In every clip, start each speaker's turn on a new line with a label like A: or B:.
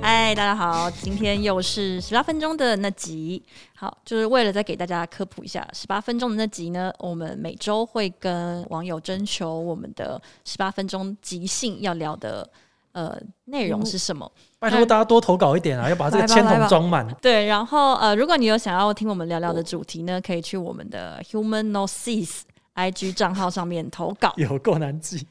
A: 嗨，大家好，今天又是十八分钟的那集。好，就是为了再给大家科普一下，十八分钟的那集呢，我们每周会跟网友征求我们的十八分钟即兴要聊的呃内容是什么。
B: 拜托大家多投稿一点啊，要把这个签筒装满。
A: 对，然后呃，如果你有想要听我们聊聊的主题呢，可以去我们的 Human No Seas IG 账号上面投稿。
B: 有够难记，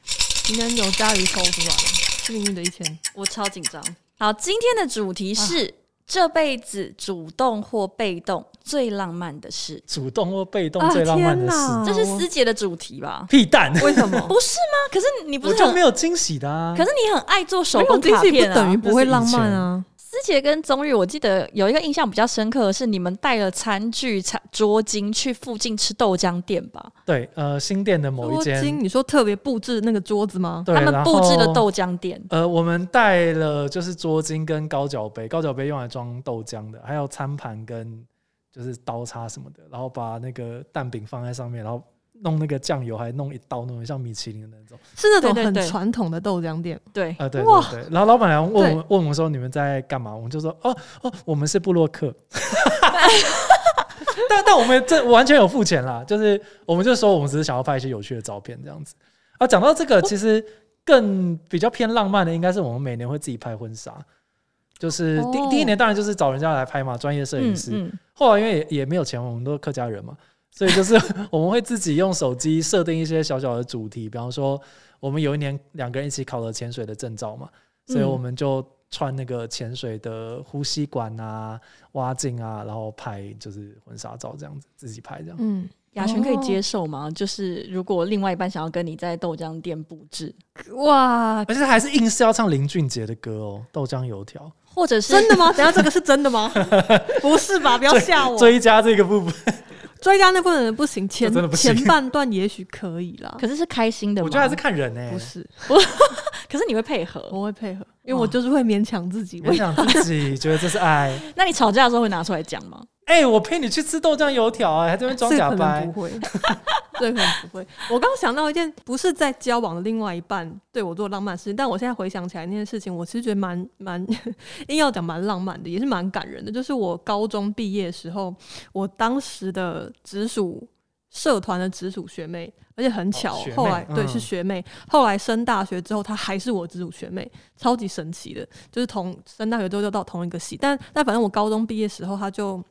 C: 今天由嘉瑜抽出来了，命运的一天。
A: 我超紧张。好，今天的主题是、这辈子主动或被动最浪漫的事，
B: 主动或被动
C: 啊
B: 最浪漫的
C: 天
B: 事
C: 哪，
A: 这是
C: 我
A: 师姐的主题吧？
B: 屁蛋，
C: 为什么？
A: 不是吗？可是你不
B: 我
A: 是
B: 就
A: 很
B: 没，有惊喜的啊
A: 可。是你很爱做 手
C: 没有
A: 工
C: 惊
A: 卡
C: 喜不
A: 片
C: 等于
A: 啊。
C: 不会浪漫啊！
A: 师姐跟宗玉，我记得有一个印象比较深刻的是，你们带了餐具、餐桌巾去附近吃豆浆店吧？
B: 对，呃，新店的某一
C: 桌
B: 间
C: 巾，，你说特别布置那个桌子吗？
B: 对，
A: 他们
B: 然
A: 布置了
B: 后
A: 豆浆店，
B: 呃，我们带了就是桌巾跟高脚杯，高脚杯用来装豆浆的，还有餐盘跟就是刀叉什么的，然后把那个蛋饼放在上面，然后弄那个酱油，还弄一刀，弄得像米其林的那种。
C: 是那种
A: 对对
C: 很
A: 对
C: 传统的豆浆店，
A: 对，
B: 呃，对
C: 哇
B: 对对。然后老板娘问我
C: 对
B: 们问我们说你们在干嘛，我们就说哦哦，我们是布洛克。 但但我们这完全有付钱啦，就是我们就说我们只是想要拍一些有趣的照片这样子。啊，讲到这个，其实更比较偏浪漫的，应该是我们每年会自己拍婚纱。就是第、
C: 哦
B: 第一年当然就是找人家来拍嘛，专业摄影
A: 嗯
B: 师。
A: 嗯，
B: 后来因为也也没有钱，我们都是客家人嘛， 所以就是我们会自己用手机设定一些小小的主题，比方说我们有一年两个人一起考了潜水的证照嘛，所以
A: 嗯
B: 我们就穿那个潜水的呼吸管啊、蛙镜啊，然后拍就是婚纱照这样子，自己拍这样。
C: 嗯，
A: 雅璇可以
C: 哦
A: 接受吗？就是如果另外一半想要跟你在豆浆店布置，
C: 哇，
B: 而且还是硬是要唱林俊杰的歌哦，《豆浆油条》
A: 或者是
C: 真的吗？等一下这个是真 的吗？不是吧？不要吓我！
B: 追加这个部分，
C: 追加那部分不行，前
B: 这真的不行
C: 前半段也许可以 啦，
A: 可是是开心的吗？
B: 我觉得还是看人欸呢、
C: 不是，
A: 可是你会配合。
C: 我会配合，因为
A: 哇
C: 我就是会勉强自己。
B: 我想自己觉得这是爱。
A: 那你吵架的时候会拿出来讲吗？
B: 哎、我陪你去吃豆浆油条、哎，还在那边装
C: 这
B: 假
C: 可能
B: 掰
C: 不。嗯会， 这可能不会。我刚想到一件不是在交往的另外一半对我做浪漫的事情，但我现在回想起来那件事情，我其实觉得蛮蛮 硬要讲蛮浪漫的，也是蛮感人的。就是我高中毕业的时候，我当时的直属社团的直属学妹，而且很巧，
B: 哦学妹
C: 后来对
B: 嗯
C: 是学妹，后来升大学之后，她还是我直属学妹，超级神奇的。就是同升大学之后就到同一个系，但但反正我高中毕业时候，她就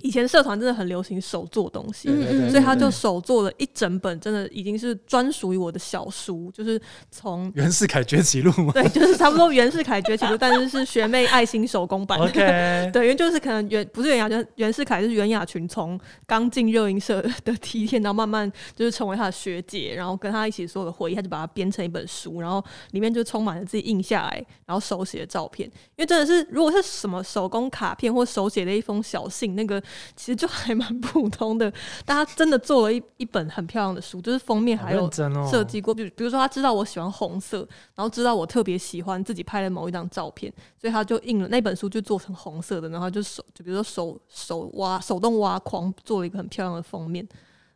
C: 以前社团真的很流行手做东西，
B: 对对对
A: 嗯嗯嗯
B: 对
C: 所以他就
B: 对
C: 手做了一整本，真的已经是专属于我的小书，就是从
B: 袁世凯崛起录 吗
C: 对，就是差不多袁世凯崛起录，但是是学妹爱心手工版。
B: ？OK，
C: 对，因为就是可能袁不是袁雅，就是袁世凯，就是袁雅群从刚进热音社的第一天，然后慢慢就是成为他的学姐，然后跟他一起所有的回忆，他就把它编成一本书，然后里面就充满了自己印下来，然后手写的照片。因为真的是，如果是什么手工卡片或手写的一封小信，那个其实就还蛮普通的，但他真的做了一一本很漂亮的书，就是封面
B: 好
C: 还有
B: 认真哦，
C: 设计过，比如比如说他知道我喜欢红色，然后知道我特别喜欢自己拍的某一张照片，所以他就印了那本书就做成红色的，然后就手就比如说手手挖手动挖框做了一个很漂亮的封面，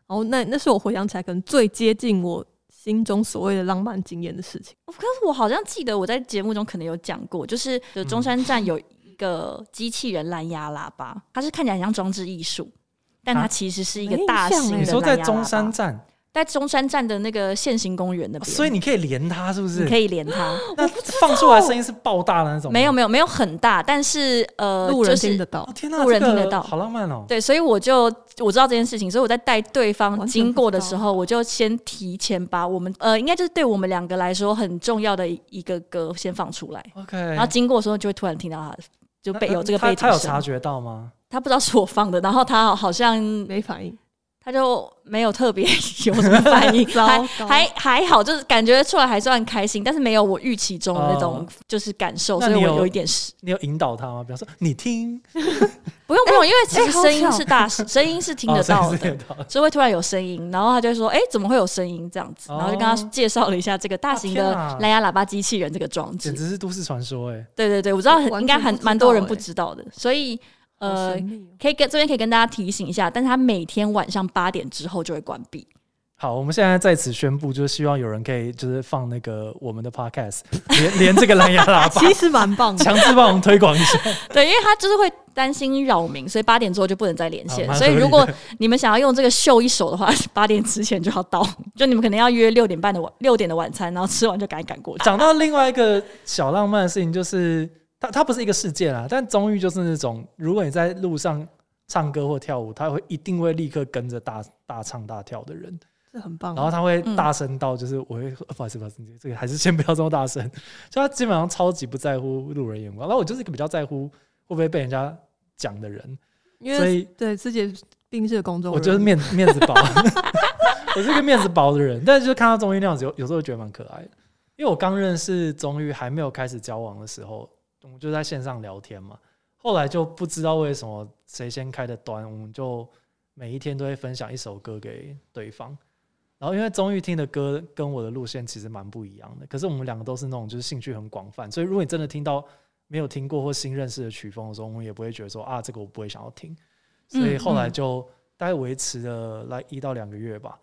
C: 然后那那是我回想起来可能最接近我心中所谓的浪漫经验的事情。
A: 可是我好像记得我在节目中可能有讲过，就是就中山站有一个机器人蓝牙喇叭，它是看起来很像装置艺术，但它
B: 啊
A: 其实是一个
C: 没印
A: 大
C: 象
A: 型的
C: 欸
B: 你
A: 蓝牙喇
B: 说
A: 叭。
B: 在中山站，
A: 在中山站的那个现行公园那
B: 哦
A: 边，
B: 所以你可以连它，是不是？
A: 你可以连它。
B: 那放出来声音是爆大的那种吗。
A: 没有没有没有很大，但是呃，
C: 路人
A: 就是
C: 听得到
B: 哦，，天哪，
A: 路人
B: 这个
A: 听得到
B: 好浪漫哦。
A: 对，所以我就我知道这件事情，所以我在带对方
C: 完全
A: 经过的
C: 不知
A: 时
C: 道
A: 候，我就先提前把我们呃，应该就是对我们两个来说很重要的一一个歌先放出来，
B: OK，
A: 然后经过的时候就会突然听到他就被
B: 那
A: 有这个
B: 他
A: 背
B: 他
A: 景
B: 有
A: 声
B: 察，觉到吗？
A: 他不知道是我放的，然后他好像
C: 没反应，
A: 他就没有特别 有什么反应，
C: 糟
A: 还
C: 糕
A: 还还好，就是感觉出来还算开心，但是没有我预期中的那种
B: 哦
A: 就是感受，
B: 那
A: 所以我
B: 你有
A: 有一点失
B: 你有引导他吗？比方说你听，
A: 不用不用，因为其
C: 哎
A: 实
C: 好
A: 声音
C: 巧
A: 是 大，声音是听得
B: 哦
A: 到
B: 所以是
A: 的
B: 听。得到的。
A: 就会突然有声音，然后他就会说：“哎、怎么会有声音？”这样子，
B: 哦
A: 然后就跟他介绍了一下这个大型的
B: 啊天啊
A: 蓝牙喇叭机器人这个装置
B: 简。直是都市传说哎！
A: 对对对，我知道很
C: 完全
A: 应该很
C: 不知道
A: 蛮多人
C: 欸
A: 不知道的，所以
C: 好
A: 呃
C: 神，秘哦
A: 可以跟这边可以跟大家提醒一下，但是他每天晚上八点之后就会关闭，
B: 好，我们现在在此宣布，就是希望有人可以就是放那个我们的 podcast，连连这个蓝牙喇 叭，
C: 其实蛮棒的。
B: 强制帮我们推广一下。
A: 对，因为他就是会担心扰民，所以八点之后就不能再连线。
B: 啊蛮
A: 所以
B: 合理
A: 如果你们想要用这个秀一手的话， 八点之前就要到，就你们可能要约六点半的晚六点的晚餐，然后吃完就赶紧赶过去。
B: 讲到另外一个小浪漫的事情，就是它它不是一个事件啊，但综艺就是那种，如果你在路上唱歌或跳舞，他会一定会立刻跟着大大唱大跳的人，
C: 这很棒
B: 然后他会大声到就是我会、呃不好意思不好意思，这个还是先不要这么大声，就他基本上超级不在乎路人眼光，然后我就是一个比较在乎会不会被人家讲的人，
C: 因
B: 所
C: 为
B: 以
C: 对自己并是个公众人物，
B: 我就是面面子薄， 我是一个面子薄的人，但是就是看到钟玉那样子，有有时候觉得蛮可爱的。因为我刚认识钟玉还没有开始交往的时候，我们就在线上聊天嘛。后来就不知道为什么谁先开的端，我们就每一天都会分享一首歌给对方。然后因为钟玉听的歌跟我的路线其实蛮不一样的，可是我们两个都是那种就是兴趣很广泛，所以如果你真的听到没有听过或新认识的曲风的时候，我们也不会觉得说啊这个我不会想要听。所以后来
A: 嗯嗯
B: 就大概维持了来一到两个月吧，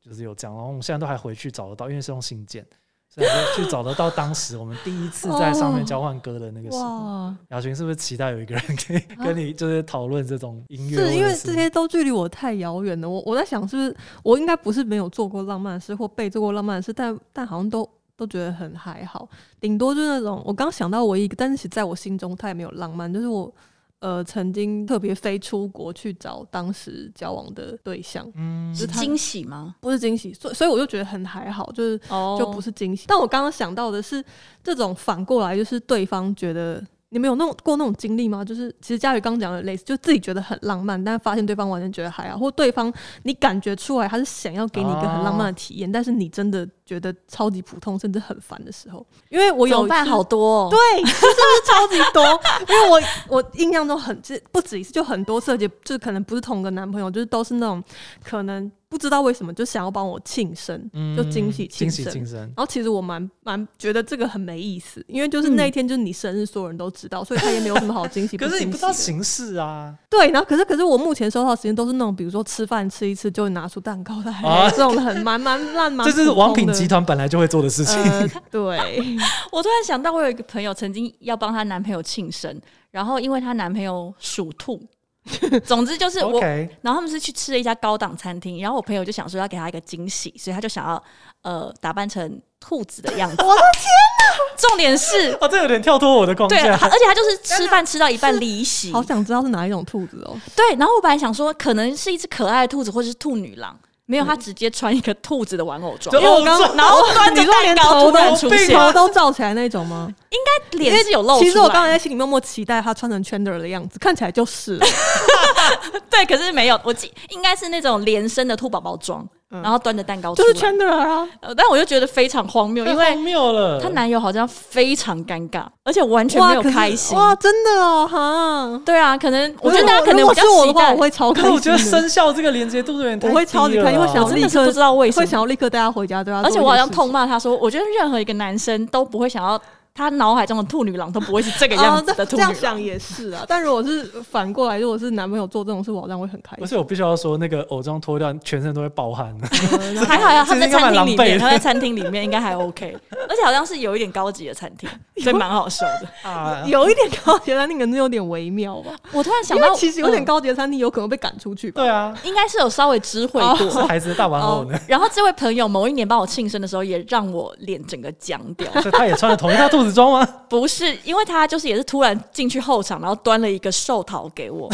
B: 就是有这样。然后我们现在都还回去找得到，因为是用信件，所以还会去找得到当时我们第一次在上面交换歌的那个时候。
C: 哇，
B: 雅群是不是期待有一个人可以
C: 啊
B: 跟你就是讨论这种音乐？
C: 是因
B: 或
C: 为
B: 者
C: 这些都距离我太遥远了。我我在想，是不是我应该不是没有做过浪漫的事或被做过浪漫的事，但但好像都都觉得很还好，顶多就是那种我刚想到唯一，但是其实在我心中它也没有浪漫，就是我呃曾经特别飞出国去找当时交往的对象，
B: 嗯
C: 就是他
A: 惊喜吗？
C: 不是惊喜，所以所以我就觉得很还好，就是
A: 哦
C: 就不是惊喜。但我刚刚想到的是，这种反过来就是对方觉得你们有那种过那种经历吗？就是其实佳宇刚讲的类似，就自己觉得很浪漫，但发现对方完全觉得还好，或对方你感觉出来他是想要给你一个很
A: 哦
C: 浪漫的体验，但是你真的觉得超级普通，甚至很烦的时候，因为我
A: 我
C: 有
A: 有
C: 一
A: 伴
C: 次
A: 好多、哦，
C: 对， 就是超级多，因为我我印象中很这不止一次，就很多次，而且就可能不是同个男朋友，就是都是那种可能不知道为什么就想要帮我庆生，就惊喜庆
B: 惊喜
C: 生。
B: 庆生。
C: 然后其实我蛮蛮觉得这个很没意思，因为就是那一天就是你生日，所有人都知道，所以他也没有什么好惊 喜。
B: 嗯可是你
C: 惊
B: 不知道
C: 喜的
B: 形式啊，
C: 对，然后可是可是我目前收到的时间都是那种，比如说吃饭吃一次就拿出蛋糕来、
B: 啊
C: 这种很蛮蛮烂蛮
B: 这是
C: 普通
B: 王品
C: 的
B: 集团本来就会做的事情。
C: 呃，对，
A: 我突然想到，我有一个朋友曾经要帮她男朋友庆生，然后因为她男朋友属兔，总之就是我
B: OK，
A: 然后他们是去吃了一家高档餐厅，然后我朋友就想说要给他一个惊喜，所以他就想要呃打扮成兔子的样子。我的天哪！重点 是，
B: 哦，这有点跳脱我的框
A: 对，啊
B: 架
A: 他。而且他就是吃饭吃到一半离席。
C: 好想知道是哪一种兔子哦。
A: 对，然后我本来想说可能是一只可爱的兔子或者是兔女郎，没有，他直接穿一个兔子的玩偶装
B: 就，
C: 因为我刚
B: 哦这
A: 然后端
C: 你
A: 着
C: 说连
A: 蛋
C: 头
A: 糕 突然
C: 都
A: 出
B: 病
A: 现
B: 吗，
C: 头都罩起来那种 吗？
A: 脸是有露出来。
C: 其实我刚才在心里默默期待他穿成 Chandler 的样子，看起来就是了。
A: 对，可是没有，我记应该是那种连身的兔宝宝装，
C: 嗯
A: 然后端着蛋糕出
C: 就
A: 来，
C: 是 Chandler 啊，
A: 呃但我就觉得非常荒谬，
B: 太
A: 因为
B: 荒谬了，
A: 她男友好像非常尴尬，而且完全没有
C: 可是
A: 开心。
C: 哇，真的哦，哈。
A: 对啊，可能我觉得大家可能
C: 如
A: 比
C: 果
A: 较
C: 是我
A: 期
C: 的话，
A: 待
C: 我。会超开
B: 可
C: 心
B: 是
C: 的。
B: 我觉得生效这个连接度有点太
C: 我会超级
B: 低了
C: 开心，会
B: 啊
C: 想
A: 我
C: 要
A: 真
C: 立
A: 的是
C: 刻
A: 不知道为什么
C: 会想要立刻带他回家，对吧？
A: 而且
C: 做一
A: 我好
C: 件
A: 像
C: 事
A: 痛骂他说，我觉得任何一个男生都不会想要他脑海中的兔女郎都不会是这个
C: 情
A: 样
C: 啊
A: 子的
C: 这
A: 兔
C: 这
A: 女
C: 样
A: 郎。
C: 想也是啊。但如果是反过来，如果是男朋友做这种事，我好像会很开
B: 而
C: 心。
B: 且我必须要说，那个偶装脱掉，全身都会爆汗。
A: 还好呀，他在
B: 其实应该
A: 餐
B: 蛮
A: 厅
B: 狼
A: 里
B: 狈
A: 面，
B: 的
A: 他在餐厅里面应该还 OK，而且好像是有一点高级的餐厅，所以蛮好笑 的。
B: 啊
C: 呃有一点高级的餐厅可能有点微妙吧，
A: 我突然 想
C: 因
A: 到，
C: 为其实有点
A: 嗯
C: 高级的餐厅有可能被赶出去吧。
B: 对啊，
A: 应该是有稍微知会
C: 哦
A: 过 哦
B: 是。孩子的大玩偶 呢。
A: 然后这位朋友某一年帮我庆生的时候，也让我脸整个僵 掉。
B: 所以他也穿了同一套兔子装吗？
A: 不是，因为他就是也是突然进去后场，然后端了一个寿桃给 我。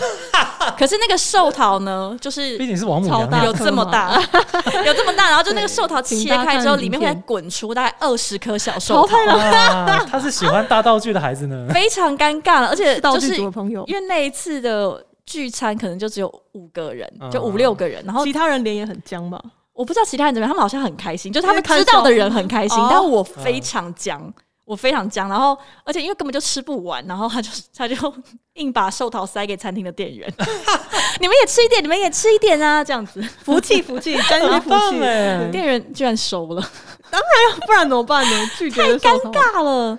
A: 可是那个寿桃呢，就是
B: 毕竟是王母娘
C: 超大
A: 有
B: 娘，
A: 这么大， 有这么大，然后就那个寿桃切开之后，
C: 对
A: 里面会滚出大概二十颗小寿
C: 淘
A: 桃
C: 汰，了
B: 啊，他是喜欢大道具的孩子呢。
A: 非常尴尬了。而 且
C: 道
A: 就是
C: 具组的朋友，
A: 因为那一次的聚餐可能就只有五个人，
B: 嗯
A: 就五六个人，然后
C: 其他人脸也很僵吧？
A: 我不知道其他人怎么样，他们好像很开心，就是他们
C: 因为看哦
A: 知道的人很开心
C: 小，
A: 但我非常僵，我非常僵。然后，而且因为根本就吃不完，然后他就他就 硬把寿桃塞给餐厅的店员， 你们也吃一点，你们也吃一点啊，这样子，
C: 福气福气，真是
B: 很
C: 福气
B: 棒，欸
C: 嗯
A: 店员居然收了，
C: 不然怎么办呢？拒绝太尴
A: 尬了。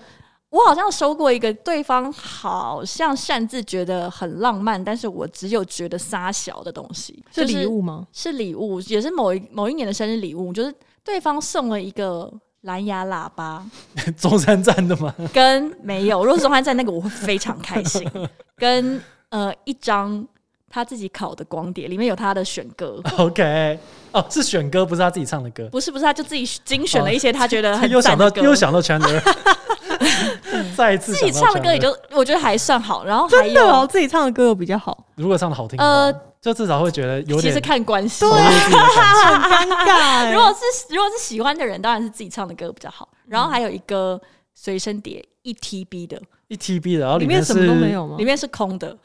A: 我好像收过一个，对方好像擅自觉得很浪漫，但是我只有觉得撒小的东西，
C: 是
A: 就
C: 礼物吗？
A: 是礼物，也是某一某一年的生日礼物，就是对方送了一个蓝牙喇叭，
B: 中山站的吗？
A: 跟没有。如果是中山站那个，我会非常开心， 跟呃一张他自己烤的光碟，里面有他的选歌，
B: OK，哦，是选歌，不是他自己唱的歌。
A: 不是不是，他就自己精选了一些他觉得
B: 他
A: 很
B: 又
A: 赞
B: 想
A: 的
B: 到
A: 歌，
B: 又想到 Chandler，再 一次
A: 自己
B: 想到
A: 唱的歌也
B: Chandler
A: 就我觉得还算好，然后还
C: 真的哦，
A: 有
C: 自己唱的歌有比较好，
B: 如果唱的好听，呃
A: 呃，
B: 就至少会觉得有
A: 其
B: 点
A: 实看啊关系。
B: 投入自己的感 情
C: 尴尬欸。
A: 如果是如果是喜欢的人，当然是自己唱的歌比较好。然后还有一个随身碟一 TB 的，
B: 一 TB 的，然后
C: 里
B: 面
C: 面
B: 是
C: 什么都没，有吗
A: 里？面是空的。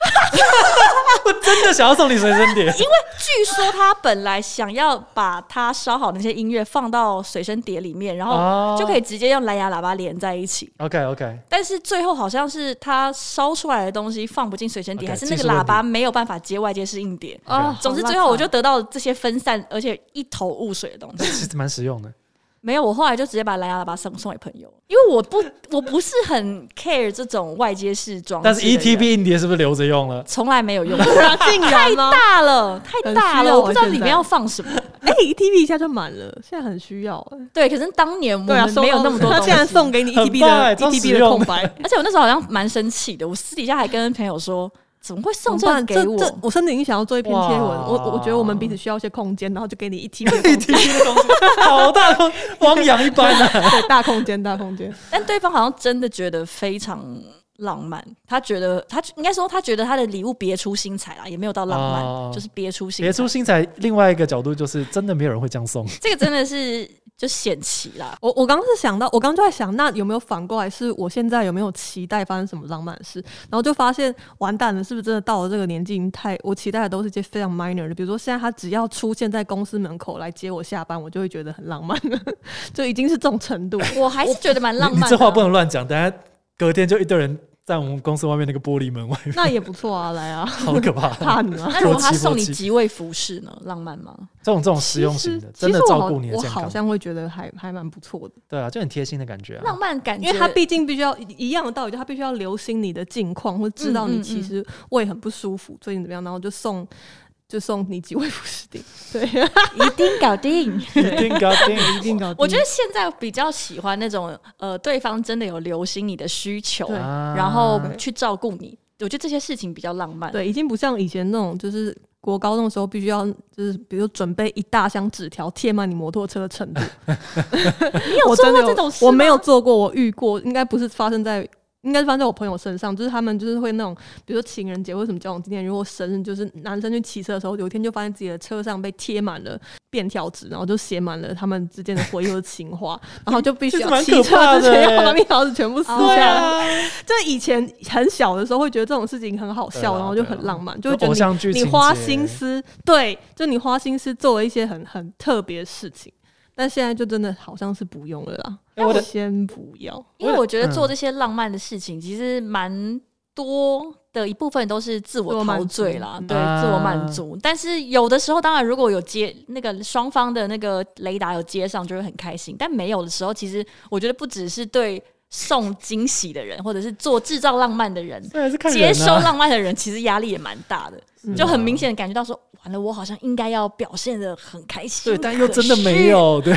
B: 真的想要送你随身碟，
A: 据说他本来想要把他烧好那些音乐放到随身碟里面，然
B: 哦
A: 后就可以直接用蓝牙喇叭连在一起。
B: OK OK，
A: 但是最后好像是他烧出来的东西放不进随身碟
B: OK，
A: 还是那
B: 技
A: 个
B: 术问
A: 喇叭
B: 题
A: 没有办法接外接式硬碟。
C: 哦
A: 总之
C: 好
A: 最后我
C: 烂
A: 就
C: 啊
A: 得到这些分散而且一头雾水的东西。
B: 其实蛮 实用的。
A: 没有，我后来就直接把蓝牙喇叭送送给朋友，因为我不我不是很 care 这种外接式装置
B: 但
A: 的
B: 是
A: 人。
B: E TB 硬碟是不是留着用了？
A: 从来没有用过，
C: 竟然吗？
A: 大了太
C: 很
A: 大
C: 需
A: 了，
C: 要
A: 我不知道
C: 啊现
A: 里面
C: 在
A: 要放什么。
C: 哎，ETB 一下就满了，现在很需要哎。
A: 对，可是当年我
C: 对啊，
A: 们没有那么多
C: 他
A: 东西，
C: 竟然送给你
B: 很
C: ETB
B: 棒欸
C: 的
B: 超实
C: ETB 的
B: 用
C: 空白，
A: 而且我那时候好像蛮生气的，我私底下还跟朋友说，怎么会送
C: 怎
A: 这
C: 么
A: 个
C: 办
A: 给我？
C: 这这我甚至已经想要做一篇贴文，
B: 哇
C: 我我我觉得我们彼此需要一些空间，然后就给你 ETB 的
B: 一
C: 空
B: TB 的东西好 大的，汪洋一般啊！
C: 对大空间大空间，
A: 但对方好像真的觉得非常浪漫，他觉得他应该说他觉得他的礼物别出心裁啦，也没有到浪漫，
B: 哦
A: 就是别出心
B: 别
A: 裁
B: 出。心裁，另外一个角度就是真的没有人会这样送。
A: 这个真的是就显奇啦，
C: 我我刚刚是想到，我刚刚就在想，那有没有反过来是我现在有没有期待发生什么浪漫的事？然后就发现完蛋了，是不是真的到了这个年纪，已经太我期待的都是一些非常 minor 的，比如说现在他只要出现在公司门口来接我下班，我就会觉得很浪漫了， 就已经是这种程度了。
A: 我还是觉得蛮浪
B: 你
A: 漫的啊、
B: 这话不能乱讲，等下隔天就一堆人在我们公司外面那个玻璃门外，
C: 那也不错啊，来啊，
B: 好可 怕！
C: 怕你啊！
A: 那如果他
B: 逻辑
A: 送你
B: 逻辑
A: 即位服饰呢？浪漫吗？
B: 这种这种实用型的，
C: 其实
B: 真的
C: 其实我
B: 照
C: 好
B: 顾你的
C: 我
B: 健
C: 好
B: 康，
C: 像会觉得还还蛮不错的，
B: 对啊，就很贴心的感觉啊
A: 浪。漫感觉，
C: 因为他毕竟必须要一样的道理，就他必须要留心你的近况，或知道
A: 嗯嗯
C: 你
A: 嗯
C: 其实胃很不舒服，最近怎么样，然后就送就送你几味服饰定，对，
A: 一定搞定。
B: 一定搞定，一定
C: 搞定
A: 我觉得现在比较喜欢那种呃，对方真的有留心你的需求，
C: 对
B: 啊
A: 然后去照顾你。我觉得这些事情比较浪漫。
C: 对，已经不像以前那种就是。国高中的时候必须要就是，比如准备一大箱纸条贴满你摩托车的程度。
A: 你有
C: 我
A: 做
C: 真的
A: 过
C: 有
A: 这种事
C: 我没有
A: 吗
C: 做过，我遇过，应该不是发生在，应该是发生在我朋友身上，就是他们就是会那种，比如说情人节或者什么交往纪念日或生日，就是男生去骑车的时候，有一天就发现自己的车上被贴满了便条纸，然后就写满了他们之间的回忆和情话，然后就必须
B: 这
C: 要
B: 是蛮
C: 骑
B: 可 怕的
C: 车之
A: 啊
C: 前
B: 欸
C: 要把便条纸全部撕
A: 哦
C: 下
B: 对
C: 来。
B: 啊，
C: 就以前很小的时候会觉得这种事情很好
B: 对
C: 笑，
B: 啊
C: 然后就
B: 对
C: 很
B: 啊
C: 浪漫，就会
B: 就
C: 觉
B: 偶像
C: 得
B: 剧
C: 你
B: 情
C: 你花
B: 节
C: 心思，对，就你花心思做了一些很很特别的事情。但现在就真的好像是不用了啦，
B: 哎我的
C: 先不要。
A: 因为我觉
B: 嗯
A: 得做这些浪漫的事情，其实蛮多的一部分都是自
C: 自
A: 我
C: 我满
A: 陶醉
C: 足
A: 啦
C: 嗯，
A: 对，
B: 啊
A: 自我满足。但是有的时候，当然如果有接那个双方的那个雷达有接上，就会很开心。但没有的时候，其实我觉得不只是对送惊喜的人，或者是做制造浪漫的人，
B: 对啊，是看人
A: 接
B: 啊
A: 收浪漫的人，其实压力也蛮大的，
B: 嗯
A: 就很明显的感觉到说，完了，我好像应该要表现的很开心，
B: 对，但又真的
A: 可是
B: 没。有对。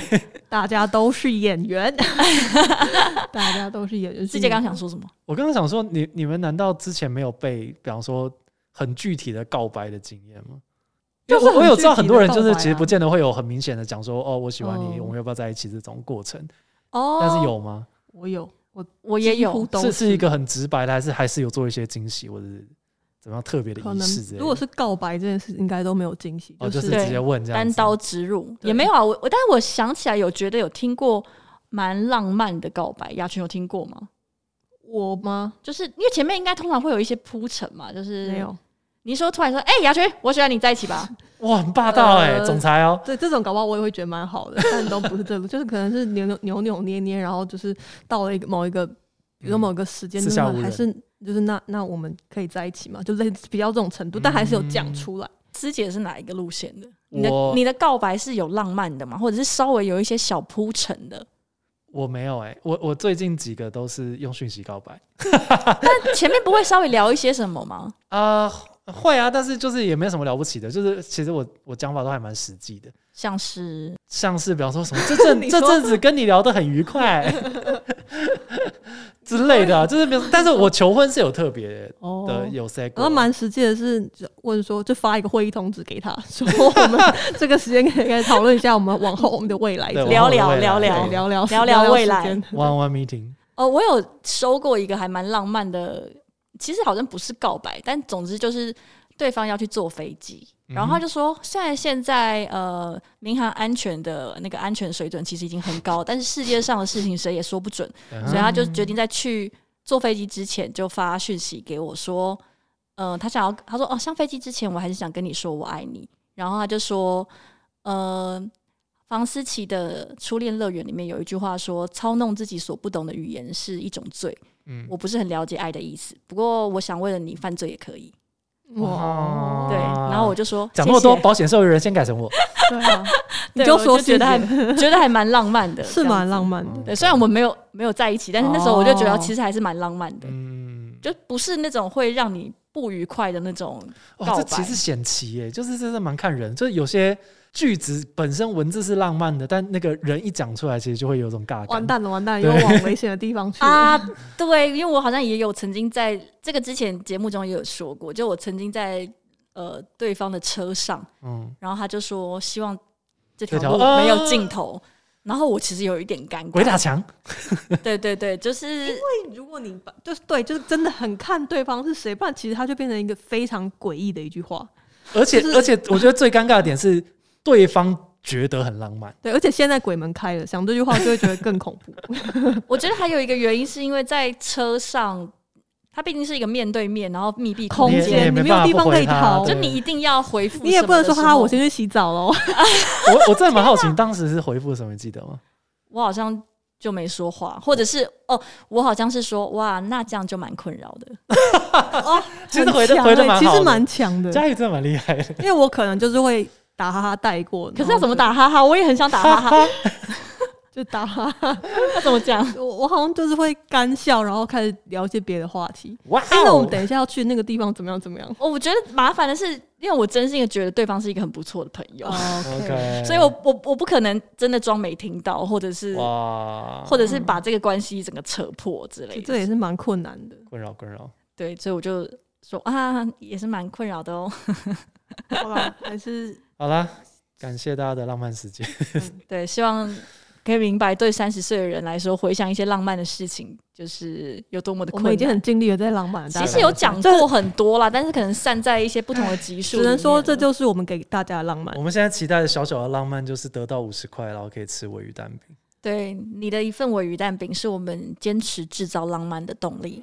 C: 大家都是演员， 大家都是演员。
A: 自己刚想说什么？
B: 我刚刚想说，你你们难道之前没有被，比方说很具体的告白的经验吗？因为
C: 就是
B: 我我
C: 很
B: 有
C: 具
B: 知道
C: 体
B: 很
C: 的
B: 多人
C: 告
B: 就是
C: 白
B: 其实
C: 啊
B: 不见得会有很明显的讲说哦我喜欢你，
C: 哦
B: 我们要不要在一起这种过程，
A: 哦
B: 但是，有吗？
C: 我有，我
A: 我也
C: 几乎
A: 有，
C: 都
B: 是是一个很直白的，还是还是有做一些惊喜或者是怎么样特别的
C: 可
B: 仪
C: 能
B: 式之类的？
C: 如果是告白这件事，应该都没有惊喜，
B: 哦，就是
C: 是
B: 直接问这样
A: 单
B: 子，
A: 刀直入
C: 对
A: 也没有啊。我我，但是我想起来有觉得有听过蛮浪漫的告白，雅群有听过吗？
C: 我吗？
A: 就是因为前面应该通常会有一些铺陈嘛，就是
C: 没有。
A: 你说突然说，哎、雅群，我喜欢你在一起 吧，
B: 哇，很霸道哎、
C: 呃
B: 总裁哦、
C: 对，这种搞不好我也会觉得蛮好的， 但都不是这个，就是可能是扭扭扭扭捏捏，然后就是到了一个某一个，比如说某一个时间
B: 嗯
C: 段，
B: 四下无人
C: 还是就是那那我们可以在一起嘛，就类似比较这种程度，但还是有
B: 嗯
C: 讲出来。
A: 师姐是哪一个路线的？你的
B: 我
A: 你的告白是有浪漫的吗？或者是稍微有一些小铺陈的？
B: 我没有哎、我我最近几个都是用讯息告白
A: 前面不会稍微聊一些什么吗？
B: 啊、会啊，但是就是也没什么了不起的，就是其实我我讲法都还蛮实际的，
A: 像是
B: 像是比方说什么这 阵
C: 你
B: 这
C: 说
B: 阵子跟你聊得很愉快之类
A: 哦
B: 的啊、就是比如，但是我求婚是有特别
C: 哦
B: 的有 say 过
C: 然后蛮实际的是问说，就发一个会议通知给他，说我 们这个时间可以来讨论一下我们往后我们的未来
B: 对
C: 怎么
A: 聊
B: 往后的
A: 聊
B: 未
A: 聊聊
B: 来对
C: 聊
A: 聊
C: 聊
A: 聊未来
C: 时间
B: one on one meeting，
A: 哦，我有收过一个还蛮浪漫的，其实好像不是告白，但总之就是对方要去坐飞机，然后他就说，虽然现在呃民航安全的那个安全水准其实已经很高，但是世界上的事情谁也说不准，
B: 嗯
A: 所以他就决定在去坐飞机之前就发讯息给我说，呃，他想要他说哦，上飞机之前我还是想跟你说我爱你，然后他就说，呃，房思琪的《初恋乐园》里面有一句话说，操弄自己所不懂的语言是一种罪。
B: 嗯
A: 我不是很了解爱的意思，不过我想为了你犯罪也可以。
B: 哇
A: 对，
B: 啊
A: 然后我就说
B: 讲那么多，
A: 谢谢
B: 保险受益人先改成我，
C: 对啊，你
A: 对
C: 就
A: 我
C: 说
A: 觉得还
C: 谢
A: 觉得还蛮浪漫 的，
C: 是蛮浪
A: 漫。
C: 漫的
B: 嗯，
A: 对，虽然我们没有没有在一起，但是那时候我就觉得
C: 哦
A: 其实还是蛮浪漫的。
B: 嗯，
A: 就不是那种会让你不愉快的那种
B: 哇，
A: 告
B: 哦这
A: 白
B: 其实险棋耶，就是真的蛮看人，就是有些句子本身文字是浪漫的，但那个人一讲出来，其实就会有种尬
C: 完
B: 感。
C: 蛋了，完蛋了，
B: 对
C: 又往危险的地方去了。
A: 啊。对，因为我好像也有曾经在这个之前节目中也有说过，就我曾经在呃对方的车上，
B: 嗯，
A: 然后他就说希望这条
B: 这条
A: 路
B: 啊
A: 没有尽头。然后我其实有一点尴
B: 鬼打
A: 尬，
B: 墙，
A: 对对对，就是
C: 如果你把就是对，就是真的很看对方是谁，不然其实他就变成一个非常诡异的一句话。
B: 而且
C: 就是
B: 而且，我觉得最尴尬的点是对方觉得很浪漫，
C: 对，而且现在鬼门开了，想这句话就会觉得更恐怖。
A: 我觉得还有一个原因是因为在车上，它毕竟是一个面对面，然后密闭空
C: 空
B: 你也
A: 间，
C: 间
B: 没
C: 你没有
B: 办法
C: 地方
B: 不回
C: 可以
B: 他
C: 逃
A: 就
B: 对
A: 你一定要回复什么的时候。
C: 你也不能说哈，我先去洗澡哦喽。
B: 我我真的蛮好奇，当时是回复什么，你记得吗？
A: 我好像就没说话，或者是哦，我好像是说哇，那这样就蛮困扰的。
B: 其实
C: 很
B: 回的
C: 强
B: 回的
C: 欸
B: 蛮
C: 其
B: 好
C: 实
B: 的
C: 蛮强的，
B: 佳宇真的蛮厉害的，
C: 因为我可能就是会打哈哈带过，
A: 可是
C: 然
A: 要
C: 后
A: 怎么
C: 就？
A: 打哈哈？我也很想打哈哈，
C: 就打哈哈，
A: 要怎么讲？
C: 我我好像就是会干笑，然后开始聊一些别的话题。
B: 哇
C: 哎、那我
B: 哦
C: 们！等一下要去那个地方，怎么样？怎么样
A: 哦我觉得麻烦的是，因为我真心的觉得对方是一个很不错的朋友，
C: 哦
B: 哦
C: 哎
B: OK，
A: 所以我我我不可能真的装没听到，或者是
B: 哇，
A: 或者是把这个关系整个扯破之类
C: 就
A: 的。
C: 这也是蛮困难的。
B: 困扰困扰，
A: 对，所以我就说啊，也是蛮困扰的哦。
C: 好吧，还是
B: 好啦，感谢大家的浪漫时间，
A: 对，希望可以明白，对三十岁的人来说，回想一些浪漫的事情，就是有多么的
C: 我
A: 困
C: 们
A: 难。
C: 已经很尽力了，在浪漫了。大
A: 其
C: 家
A: 实有讲过很多啦，但是可能散在一些不同的集数里
C: 只
A: 面了。
C: 能说这就是我们给大家的浪漫
B: 我。们现在期待的小小的浪漫就是得到五十块，然后可以吃尾鱼蛋饼。
A: 对你的一份尾鱼蛋饼是我们坚持制造浪漫的动力。